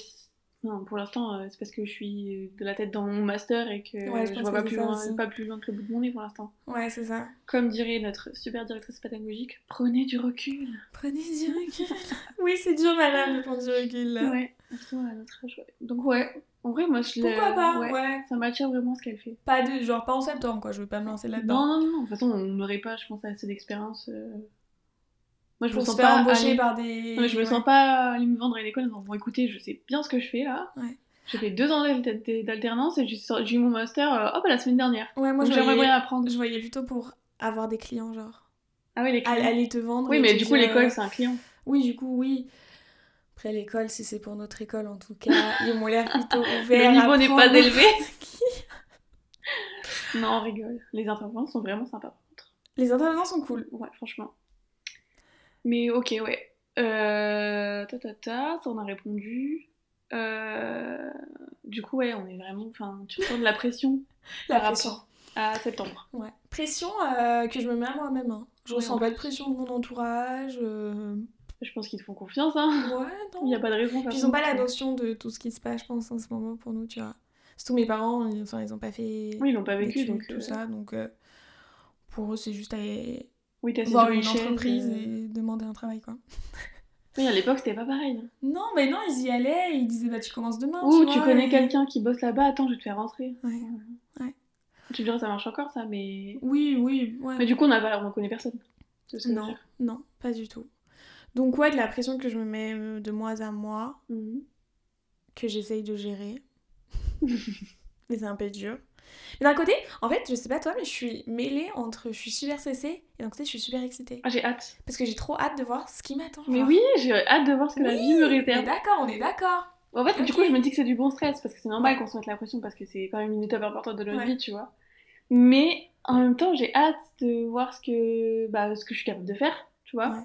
Speaker 1: non, pour l'instant, euh, c'est parce que je suis de la tête dans mon master et que
Speaker 2: Ouais, je
Speaker 1: je
Speaker 2: pense
Speaker 1: vois
Speaker 2: que
Speaker 1: pas
Speaker 2: c'est
Speaker 1: plus,
Speaker 2: ça
Speaker 1: loin,
Speaker 2: aussi.
Speaker 1: pas plus loin que le bout de mon nez pour l'instant.
Speaker 2: Ouais, c'est ça. <laughs>
Speaker 1: Comme dirait notre super directrice pédagogique, prenez du recul.
Speaker 2: <laughs> Prenez du recul. oui, c'est dur, madame, de prendre du recul, là.
Speaker 1: Ouais, Pourtant, à notre âge, ouais. Donc, ouais, en vrai, moi je l'ai-
Speaker 2: Pourquoi pas
Speaker 1: ouais.
Speaker 2: ouais.
Speaker 1: Ça m'attire vraiment ce qu'elle fait.
Speaker 2: Pas de genre pas en septembre quoi, je veux pas me lancer
Speaker 1: Non,
Speaker 2: là-dedans.
Speaker 1: non, non, non. De toute façon, on n'aurait pas, je pense, assez d'expérience. euh. Moi, je
Speaker 2: Pour
Speaker 1: me sens
Speaker 2: se faire
Speaker 1: pas.
Speaker 2: embaucher
Speaker 1: aller-
Speaker 2: par des
Speaker 1: Non, mais je me
Speaker 2: ouais.
Speaker 1: sens pas aller me vendre à l'école en disant Bon, écoutez, je sais bien ce que je fais là.
Speaker 2: Ouais.
Speaker 1: J'ai fait deux ans d'al- d'al- d'alternance et j'ai sor- j'ai eu mon master euh, hop, la semaine dernière.
Speaker 2: Ouais, moi
Speaker 1: Donc,
Speaker 2: je
Speaker 1: j'aimerais
Speaker 2: voyais...
Speaker 1: bien apprendre.
Speaker 2: je voyais plutôt pour avoir des clients genre
Speaker 1: Ah oui, les
Speaker 2: Aller-
Speaker 1: clients.
Speaker 2: aller te vendre
Speaker 1: Oui,
Speaker 2: et
Speaker 1: mais
Speaker 2: te
Speaker 1: du coup,
Speaker 2: dire,
Speaker 1: l'école,
Speaker 2: euh,
Speaker 1: c'est un client.
Speaker 2: Oui, du coup, oui. Après l'école, si c'est pour notre école en tout cas, <laughs> ils m'ont l'air plutôt ouverts.
Speaker 1: Le niveau
Speaker 2: à
Speaker 1: n'est pas
Speaker 2: prendre.
Speaker 1: élevé. Non, on rigole. Les intervenants sont vraiment sympas.
Speaker 2: <laughs> Les intervenants sont cool.
Speaker 1: Ouais, franchement. Mais ok, ouais. Euh, ta ta ta, ça on a répondu. Euh, du coup, ouais, on est vraiment. Enfin, tu ressens de la pression
Speaker 2: <laughs> La
Speaker 1: Par
Speaker 2: pression.
Speaker 1: à septembre.
Speaker 2: Ouais. Pression euh, que je me mets à moi-même. hein. Je
Speaker 1: Ouais,
Speaker 2: ressens
Speaker 1: en
Speaker 2: pas de pression de mon entourage. euh,
Speaker 1: Je pense qu'ils te font confiance, hein.
Speaker 2: Ouais, non.
Speaker 1: Il n'y a pas de raison. de
Speaker 2: Puis
Speaker 1: toute
Speaker 2: ils ont pas la
Speaker 1: façon.
Speaker 2: notion de tout ce qui se passe, je pense, en ce moment pour nous, tu vois. Surtout mes parents, ils, enfin, ils ont pas fait
Speaker 1: Oui, ils l'ont pas vécu,
Speaker 2: d'études,
Speaker 1: donc.
Speaker 2: tout
Speaker 1: euh,
Speaker 2: ça, donc euh, pour eux, c'est juste aller
Speaker 1: Oui, t'as
Speaker 2: voir une entreprise
Speaker 1: euh.
Speaker 2: et demander un travail, quoi.
Speaker 1: Oui, à l'époque, c'était pas pareil. hein.
Speaker 2: Non, mais non, ils y allaient, et ils disaient, bah, tu commences demain.
Speaker 1: Ouh,
Speaker 2: tu,
Speaker 1: tu
Speaker 2: vois,
Speaker 1: connais
Speaker 2: et-
Speaker 1: quelqu'un qui bosse là-bas, attends, je vais te faire rentrer.
Speaker 2: Ouais.
Speaker 1: Tu me diras, ça marche encore, ça, mais.
Speaker 2: Oui, oui, ouais.
Speaker 1: Mais du coup, on n'a pas, on connaît personne. C'est ce que je veux
Speaker 2: Non,
Speaker 1: dire.
Speaker 2: non, pas du tout. Donc, ouais, de la pression que je me mets euh, de mois à mois,
Speaker 1: Mhm.
Speaker 2: que j'essaye de gérer.
Speaker 1: <laughs>
Speaker 2: mais c'est un peu dur. Mais d'un côté, en fait, je sais pas toi, mais je suis mêlée entre je suis super stressée et d'un côté, je suis super excitée.
Speaker 1: Ah, j'ai hâte.
Speaker 2: Parce que j'ai trop hâte de voir ce qui m'attend.
Speaker 1: Mais
Speaker 2: genre.
Speaker 1: oui, j'ai hâte de voir ce que la
Speaker 2: Ah. Oui,
Speaker 1: vie me
Speaker 2: on est
Speaker 1: réserve.
Speaker 2: d'accord, on est d'accord.
Speaker 1: En fait, du
Speaker 2: Ok.
Speaker 1: coup, je me dis que c'est du bon stress parce que c'est normal qu'on se mette la pression parce que c'est quand même une étape importante de notre
Speaker 2: Ouais.
Speaker 1: vie, tu vois. Mais en même temps, j'ai hâte de voir ce que, bah, ce que je suis capable de faire, tu vois.
Speaker 2: Ouais.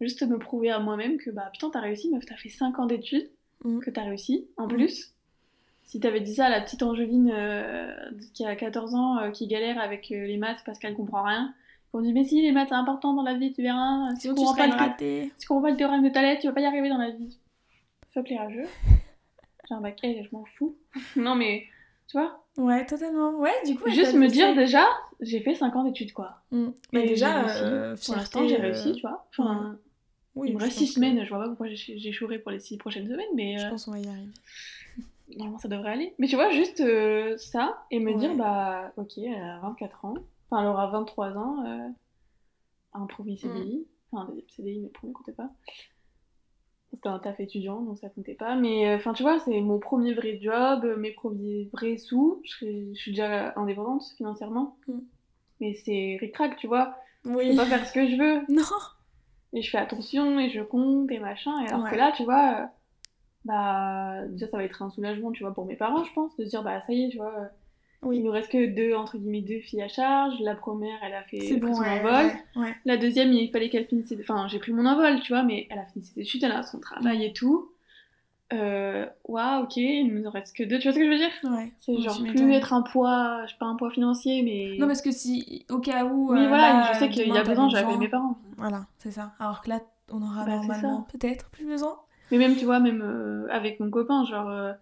Speaker 1: Juste me prouver à moi-même que, bah putain, t'as réussi, meuf, t'as fait 5 ans d'études,
Speaker 2: Mm.
Speaker 1: que t'as réussi en
Speaker 2: Mm.
Speaker 1: plus. Si t'avais dit ça à la petite Angeline euh, qui a 14 ans, euh, qui galère avec euh, les maths parce qu'elle comprend rien, qu'on dit, mais si, les maths c'est important dans la vie, tu verras, si
Speaker 2: Sinon,
Speaker 1: tu
Speaker 2: tu
Speaker 1: comprends pas
Speaker 2: serais
Speaker 1: le
Speaker 2: ratée.
Speaker 1: si tu comprends pas le théorème de Thalès, tu vas pas y arriver dans la vie. Fuck les
Speaker 2: <laughs>
Speaker 1: rageux. J'ai un bac L, je m'en fous. non mais, tu vois,
Speaker 2: Ouais, totalement. Ouais, du coup,
Speaker 1: juste
Speaker 2: t'as
Speaker 1: me
Speaker 2: fait
Speaker 1: dire
Speaker 2: ça.
Speaker 1: déjà, j'ai fait 5 ans d'études quoi.
Speaker 2: Mm. Mais
Speaker 1: Et j'ai
Speaker 2: déjà,
Speaker 1: réussi.
Speaker 2: euh,
Speaker 1: Pour
Speaker 2: fierté,
Speaker 1: l'instant, j'ai
Speaker 2: euh,
Speaker 1: réussi, tu vois. Enfin,
Speaker 2: Oui,
Speaker 1: il me
Speaker 2: je
Speaker 1: reste
Speaker 2: pense
Speaker 1: 6
Speaker 2: que-
Speaker 1: semaines, je vois pas pourquoi j'ai- j'échouerai pour les 6 prochaines semaines, mais
Speaker 2: Je
Speaker 1: euh,
Speaker 2: pense qu'on va y arriver.
Speaker 1: normalement ça devrait aller. Mais tu vois, juste euh, ça, et me
Speaker 2: Ouais.
Speaker 1: dire, bah ok, elle a 24 ans, enfin elle aura 23 ans, euh, un premier
Speaker 2: Mm.
Speaker 1: CDI, enfin des CDI, mais pour ne comptait pas. C'était un taf étudiant, donc ça comptait pas. Mais euh, enfin, tu vois, c'est mon premier vrai job, euh, mes premiers vrais sous. Je, suis- je suis déjà indépendante financièrement.
Speaker 2: Mm.
Speaker 1: Mais c'est ric-rac, tu vois. Je peux
Speaker 2: Oui.
Speaker 1: pas faire ce que je veux.
Speaker 2: Non.
Speaker 1: Et je fais attention, et je compte, et machin. Et alors
Speaker 2: Ouais.
Speaker 1: que là, tu vois, euh, bah, déjà, ça va être un soulagement, tu vois, pour mes parents, je pense, de se dire, bah, ça y est, tu vois, euh,
Speaker 2: Oui.
Speaker 1: il nous reste que deux, entre guillemets, deux filles à charge. La première, elle a fait
Speaker 2: C'est bon,
Speaker 1: son
Speaker 2: ouais,
Speaker 1: envol.
Speaker 2: ouais, ouais.
Speaker 1: La deuxième, il fallait qu'elle finisse. ses- Enfin, j'ai pris mon envol, tu vois, mais elle a fini ses études, elle a son travail et tout. Euh, Waouh, ok, il nous en reste que deux, tu vois ce que je veux dire
Speaker 2: Ouais.
Speaker 1: C'est
Speaker 2: Tu
Speaker 1: genre
Speaker 2: m'étonnes.
Speaker 1: plus être un poids, je sais pas un poids financier, mais.
Speaker 2: Non, parce que si, au cas où.
Speaker 1: Oui,
Speaker 2: euh,
Speaker 1: voilà,
Speaker 2: là,
Speaker 1: je sais qu'il y
Speaker 2: demain,
Speaker 1: a
Speaker 2: t'as
Speaker 1: besoin, j'avais
Speaker 2: besoin.
Speaker 1: mes parents.
Speaker 2: Voilà, c'est ça. Alors que là, on aura
Speaker 1: Bah, c'est
Speaker 2: normalement peut-être plus besoin.
Speaker 1: Mais même, tu vois, même euh, avec mon copain, genre, euh,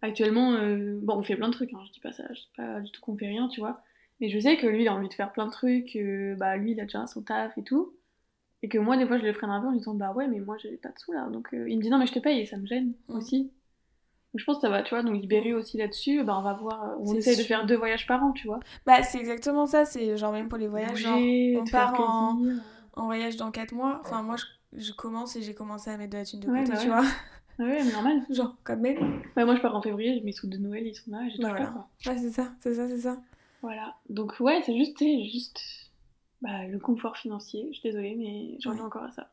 Speaker 1: actuellement, euh, bon, on fait plein de trucs, hein, je dis pas ça, je dis pas du tout qu'on fait rien, tu vois. Mais je sais que lui, il a envie de faire plein de trucs, euh, bah, lui, il a déjà son taf et tout. Et que moi, des fois, je le freine un peu en lui disant, bah ouais, mais moi, j'ai pas de sous là. Donc, euh, il me dit, non, mais je te paye et ça me gêne
Speaker 2: Mhm.
Speaker 1: aussi. Donc, je pense que ça va, tu vois, donc libérer aussi là-dessus, bah, on va voir, euh, on
Speaker 2: C'est
Speaker 1: essaye de
Speaker 2: sûr.
Speaker 1: faire deux voyages par an, tu vois.
Speaker 2: Bah, c'est exactement ça. C'est genre, même pour les voyages, genre,
Speaker 1: Bouger,
Speaker 2: on
Speaker 1: te faire
Speaker 2: part en-
Speaker 1: plaisir.
Speaker 2: en voyage dans 4 mois. Enfin, moi, je, je commence et j'ai commencé à mettre de la thune de
Speaker 1: Ouais,
Speaker 2: côté,
Speaker 1: bah
Speaker 2: tu
Speaker 1: ouais.
Speaker 2: vois. <laughs>
Speaker 1: Ah Ouais, mais normal.
Speaker 2: Genre, quand même.
Speaker 1: Bah, moi, je pars en février, mes sous de Noël, ils sont là, et j'ai
Speaker 2: Bah,
Speaker 1: tout
Speaker 2: voilà.
Speaker 1: fait, quoi.
Speaker 2: Ouais, c'est ça, c'est ça, c'est ça.
Speaker 1: Voilà. Donc ouais, c'est juste, c'est juste bah, le confort financier. Je suis désolée, mais j'en ai
Speaker 2: Ouais.
Speaker 1: encore à ça.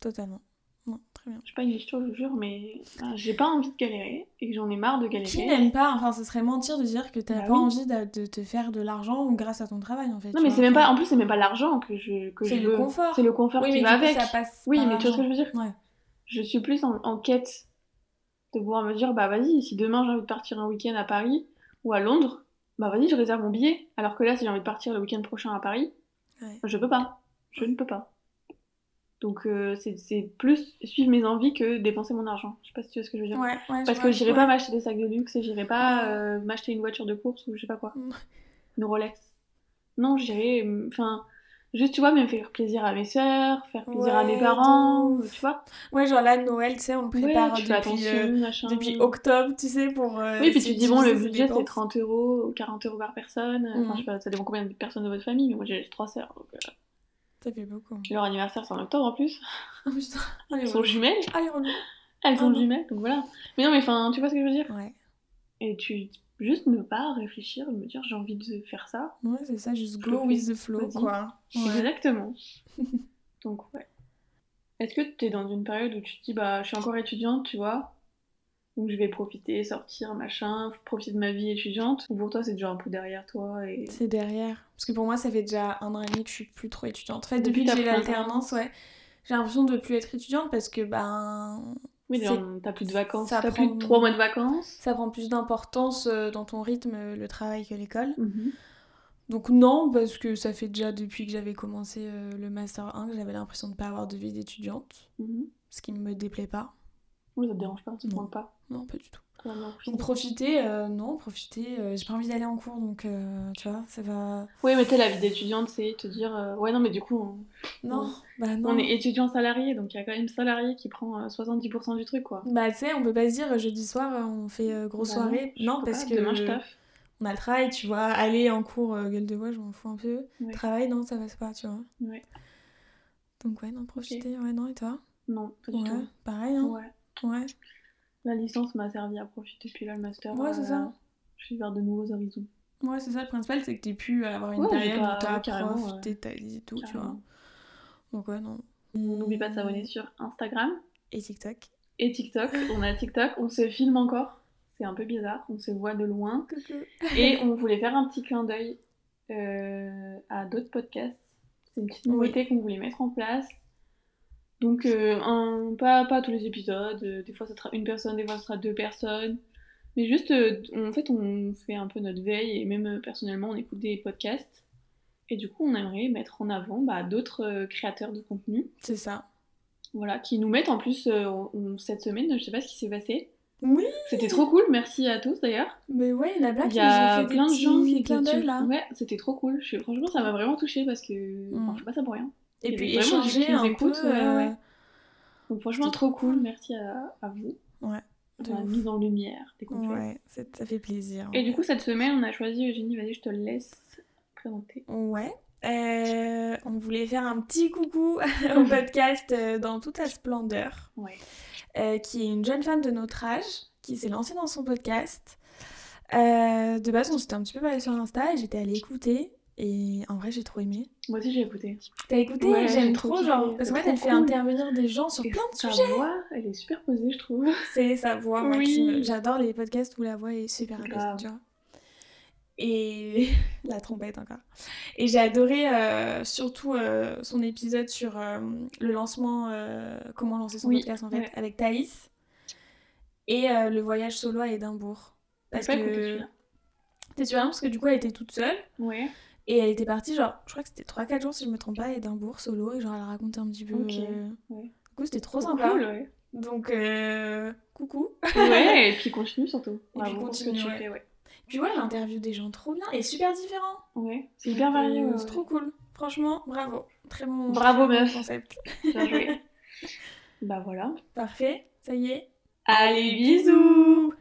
Speaker 2: Totalement. Ouais, très bien.
Speaker 1: Je suis pas une niche, je vous jure, mais bah, j'ai pas envie de galérer et j'en ai marre de
Speaker 2: Qui
Speaker 1: galérer.
Speaker 2: n'aime pas Enfin, ce serait mentir de dire que t'as
Speaker 1: Bah
Speaker 2: pas
Speaker 1: oui.
Speaker 2: envie d'a- de te faire de l'argent grâce à ton travail, en fait.
Speaker 1: Non
Speaker 2: tu
Speaker 1: mais
Speaker 2: vois.
Speaker 1: c'est même pas, en plus c'est même pas l'argent que je que
Speaker 2: C'est
Speaker 1: je
Speaker 2: le
Speaker 1: veux.
Speaker 2: confort.
Speaker 1: C'est le confort
Speaker 2: Oui,
Speaker 1: qui
Speaker 2: mais
Speaker 1: va
Speaker 2: du
Speaker 1: avec.
Speaker 2: coup, ça passe.
Speaker 1: oui,
Speaker 2: par
Speaker 1: mais tu vois ce que
Speaker 2: l'argent.
Speaker 1: je veux dire
Speaker 2: Ouais.
Speaker 1: Je suis plus en, en quête de pouvoir me dire bah vas-y, si demain j'ai envie de partir un week-end à Paris ou à Londres, bah vas-y, je réserve mon billet. Alors que là, si j'ai envie de partir le week-end prochain à Paris,
Speaker 2: Ouais.
Speaker 1: Je peux pas. Je ne peux pas. Donc euh, c'est- c'est plus suivre mes envies que dépenser mon argent. Je sais pas si tu vois ce que je veux dire.
Speaker 2: Ouais, ouais, je
Speaker 1: Parce que
Speaker 2: vois,
Speaker 1: j'irai
Speaker 2: ouais.
Speaker 1: pas m'acheter des sacs de luxe et j'irai pas euh, m'acheter une voiture de course ou je sais pas quoi.
Speaker 2: Mm.
Speaker 1: Une Rolex. Non, j'irai. mm, Enfin, Juste, tu vois, même faire plaisir à mes sœurs, faire plaisir à mes
Speaker 2: Ouais,
Speaker 1: parents,
Speaker 2: de
Speaker 1: tu vois.
Speaker 2: Ouais, genre là, Noël, tu sais, on le
Speaker 1: Ouais,
Speaker 2: prépare
Speaker 1: tu fais
Speaker 2: depuis,
Speaker 1: attention,
Speaker 2: euh,
Speaker 1: machin.
Speaker 2: depuis octobre, tu sais, pour. euh,
Speaker 1: Oui, puis tu te dis, bon, le
Speaker 2: utiliser ses
Speaker 1: budget c'est
Speaker 2: dépenses.
Speaker 1: 30 euros ou 40 euros par personne. Enfin,
Speaker 2: Mhm.
Speaker 1: je sais pas, ça dépend combien de personnes de votre famille, mais moi j'ai trois sœurs. Donc, euh,
Speaker 2: Ça fait beaucoup.
Speaker 1: leur anniversaire c'est en octobre en plus.
Speaker 2: Oh <laughs> putain, allez,
Speaker 1: Elles sont
Speaker 2: relou.
Speaker 1: jumelles,
Speaker 2: Allez, relou.
Speaker 1: elles sont
Speaker 2: Ah non.
Speaker 1: jumelles, donc voilà. Mais non, mais enfin, tu vois ce que je veux dire
Speaker 2: Ouais.
Speaker 1: Et tu juste ne pas réfléchir, me dire j'ai envie de faire ça.
Speaker 2: Ouais, c'est ça, juste
Speaker 1: Je le
Speaker 2: go
Speaker 1: fais.
Speaker 2: with the flow,
Speaker 1: Vas-y.
Speaker 2: quoi. Ouais.
Speaker 1: Exactement.
Speaker 2: <laughs>
Speaker 1: donc ouais. Est-ce que t'es dans une période où tu te dis, bah je suis encore étudiante, tu vois donc je vais profiter, sortir, machin, profiter de ma vie étudiante. Ou pour toi c'est déjà un peu derrière toi et...
Speaker 2: C'est derrière. Parce que pour moi, ça fait déjà un an et demi que je suis plus trop étudiante. En fait,
Speaker 1: Depuis
Speaker 2: depuis que
Speaker 1: ta
Speaker 2: j'ai
Speaker 1: première
Speaker 2: l'alternance, ouais, j'ai l'impression de plus être étudiante parce que, ben,
Speaker 1: Oui,
Speaker 2: C'est-
Speaker 1: genre, t'as plus de vacances,
Speaker 2: ça
Speaker 1: t'as plus
Speaker 2: prend-
Speaker 1: de 3 mois de vacances.
Speaker 2: ça prend plus d'importance euh, dans ton rythme, euh, le travail que l'école. Donc non, parce que ça fait déjà depuis que j'avais commencé euh, le master 1 que j'avais l'impression de pas avoir de vie d'étudiante,
Speaker 1: Mhm.
Speaker 2: ce qui me déplaît pas.
Speaker 1: Oui, ça te dérange pas, ça te
Speaker 2: Non.
Speaker 1: manque pas.
Speaker 2: Non, pas du tout.
Speaker 1: T'as envie d'en profiter.
Speaker 2: Donc profiter, euh, non, profiter, euh, j'ai pas envie d'aller en cours, donc euh, tu vois, ça va...
Speaker 1: Ouais, mais t'es la vie d'étudiante, c'est te dire euh, ouais, non, mais du coup, on,
Speaker 2: Non,
Speaker 1: Ouais.
Speaker 2: bah non.
Speaker 1: on est étudiant salarié, donc il y a quand même salarié qui prend euh, 70% du truc, quoi.
Speaker 2: Bah tu sais, on peut pas se dire jeudi soir euh, on fait euh, grosse
Speaker 1: Bah non,
Speaker 2: soirée.
Speaker 1: je
Speaker 2: Non,
Speaker 1: peux
Speaker 2: parce
Speaker 1: pas,
Speaker 2: que
Speaker 1: Demain, je taffe.
Speaker 2: on a le travail, tu vois, aller en cours, euh, gueule de bois, je m'en fous un peu.
Speaker 1: Ouais.
Speaker 2: Travail, non, ça passe pas, tu vois.
Speaker 1: Ouais.
Speaker 2: Donc ouais, non, profiter, ouais, non, et toi
Speaker 1: Non, pas du
Speaker 2: Ouais, pareil,
Speaker 1: tout.
Speaker 2: hein
Speaker 1: Ouais.
Speaker 2: Ouais.
Speaker 1: La licence m'a servi à profiter, puis là, le master. euh,
Speaker 2: Ouais, c'est ça.
Speaker 1: Je suis vers de nouveaux horizons.
Speaker 2: Ouais, c'est ça, le principal, c'est que t'aies pu avoir une
Speaker 1: Ouais, j'ai
Speaker 2: période
Speaker 1: pas-
Speaker 2: où t'as
Speaker 1: ouais, carrément,
Speaker 2: profité de ta vie et tout, tu vois.
Speaker 1: Carrément.
Speaker 2: Donc ouais, non.
Speaker 1: On n'oublie pas de s'abonner sur Instagram
Speaker 2: Et TikTok.
Speaker 1: et TikTok. On a TikTok, on se filme encore. C'est un peu bizarre, on se voit de loin.
Speaker 2: Coucou.
Speaker 1: Et on voulait faire un petit clin d'œil euh, à d'autres podcasts. C'est une petite nouveauté qu'on voulait mettre en place. Donc, euh, un- pas, pas tous les épisodes. euh, Des fois, ça sera une personne, des fois, ça sera deux personnes. Mais juste, euh, en fait, on fait un peu notre veille et même euh, personnellement, on écoute des podcasts. Et du coup, on aimerait mettre en avant bah, d'autres euh, créateurs de contenu.
Speaker 2: C'est ça.
Speaker 1: Voilà, qui nous mettent en plus euh, on- on- cette semaine, je sais pas ce qui s'est passé.
Speaker 2: Oui
Speaker 1: C'était trop cool, merci à tous d'ailleurs.
Speaker 2: Mais ouais, il y en a plein
Speaker 1: Il
Speaker 2: qui
Speaker 1: y
Speaker 2: nous ont
Speaker 1: a
Speaker 2: fait des
Speaker 1: plein de gens
Speaker 2: petits
Speaker 1: qui
Speaker 2: clins d'œil, là.
Speaker 1: Ouais, c'était trop cool. Je- Franchement, ça m'a vraiment touchée parce que
Speaker 2: Mm.
Speaker 1: enfin, je fais pas ça pour rien.
Speaker 2: Et
Speaker 1: qui
Speaker 2: puis
Speaker 1: nous- vraiment, qui
Speaker 2: échanger
Speaker 1: nous
Speaker 2: un peu.
Speaker 1: écoutent, ouais,
Speaker 2: euh,
Speaker 1: Donc franchement,
Speaker 2: C'était
Speaker 1: trop
Speaker 2: trop
Speaker 1: cool.
Speaker 2: cool.
Speaker 1: Merci à, à vous
Speaker 2: de
Speaker 1: pour la
Speaker 2: ouf.
Speaker 1: mise en lumière des contenus.
Speaker 2: Ouais, c'est- ça fait plaisir.
Speaker 1: Et
Speaker 2: ouais.
Speaker 1: du coup, cette semaine, on a choisi Eugénie. Vas-y, je te laisse présenter.
Speaker 2: Ouais. Euh, on voulait faire un petit coucou <laughs> au podcast euh, dans toute sa splendeur,
Speaker 1: Ouais.
Speaker 2: euh, qui est une jeune femme de notre âge qui s'est lancée dans son podcast. Euh, de base, on s'était un petit peu parlé sur Insta et j'étais allée écouter. Et en vrai, j'ai trop aimé.
Speaker 1: Moi aussi, j'ai écouté.
Speaker 2: T'as écouté
Speaker 1: Ouais, j'ai
Speaker 2: J'aime
Speaker 1: trop
Speaker 2: trop,
Speaker 1: kiffé,
Speaker 2: genre.
Speaker 1: c'est
Speaker 2: Parce qu'en fait,
Speaker 1: trop
Speaker 2: elle fait
Speaker 1: cool.
Speaker 2: intervenir des gens sur
Speaker 1: Et
Speaker 2: plein de
Speaker 1: sa
Speaker 2: sujets.
Speaker 1: voix, elle est super posée, je trouve.
Speaker 2: C'est sa voix, moi,
Speaker 1: Oui.
Speaker 2: qui me- J'adore les podcasts où la voix est super
Speaker 1: Grave.
Speaker 2: apaisante, tu vois. Et <laughs> la trompette encore. Et j'ai adoré euh, surtout euh, son épisode sur euh, le lancement, euh, comment lancer son
Speaker 1: Oui,
Speaker 2: podcast en fait,
Speaker 1: ouais.
Speaker 2: avec Thaïs. Et euh, le voyage solo à Édimbourg. <laughs> Parce
Speaker 1: pas écouté
Speaker 2: que.
Speaker 1: celui-là.
Speaker 2: T'es sûr parce que du coup elle était toute seule
Speaker 1: Ouais.
Speaker 2: et elle était partie genre, je crois que c'était 3-4 jours si je me trompe pas, à Édimbourg solo et genre elle racontait un petit peu.
Speaker 1: Ok,
Speaker 2: euh,
Speaker 1: ouais.
Speaker 2: Du coup c'était trop sympa.
Speaker 1: Cool,
Speaker 2: <laughs>
Speaker 1: ouais.
Speaker 2: Donc euh, coucou.
Speaker 1: ouais, et puis continue surtout.
Speaker 2: puis
Speaker 1: Bravo pour ce que
Speaker 2: continue,
Speaker 1: tu
Speaker 2: ouais.
Speaker 1: fais, ouais.
Speaker 2: Puis ouais, elle interview des gens trop bien et super différents.
Speaker 1: Ouais, c'est hyper
Speaker 2: Donc, euh,
Speaker 1: varié. Ah, bah, ouais,
Speaker 2: C'est
Speaker 1: ouais.
Speaker 2: trop cool. Franchement, bravo. Très bon,
Speaker 1: Bravo,
Speaker 2: très bon
Speaker 1: meuf.
Speaker 2: concept.
Speaker 1: Bien joué. bah voilà.
Speaker 2: Parfait, ça y est.
Speaker 1: Allez, bisous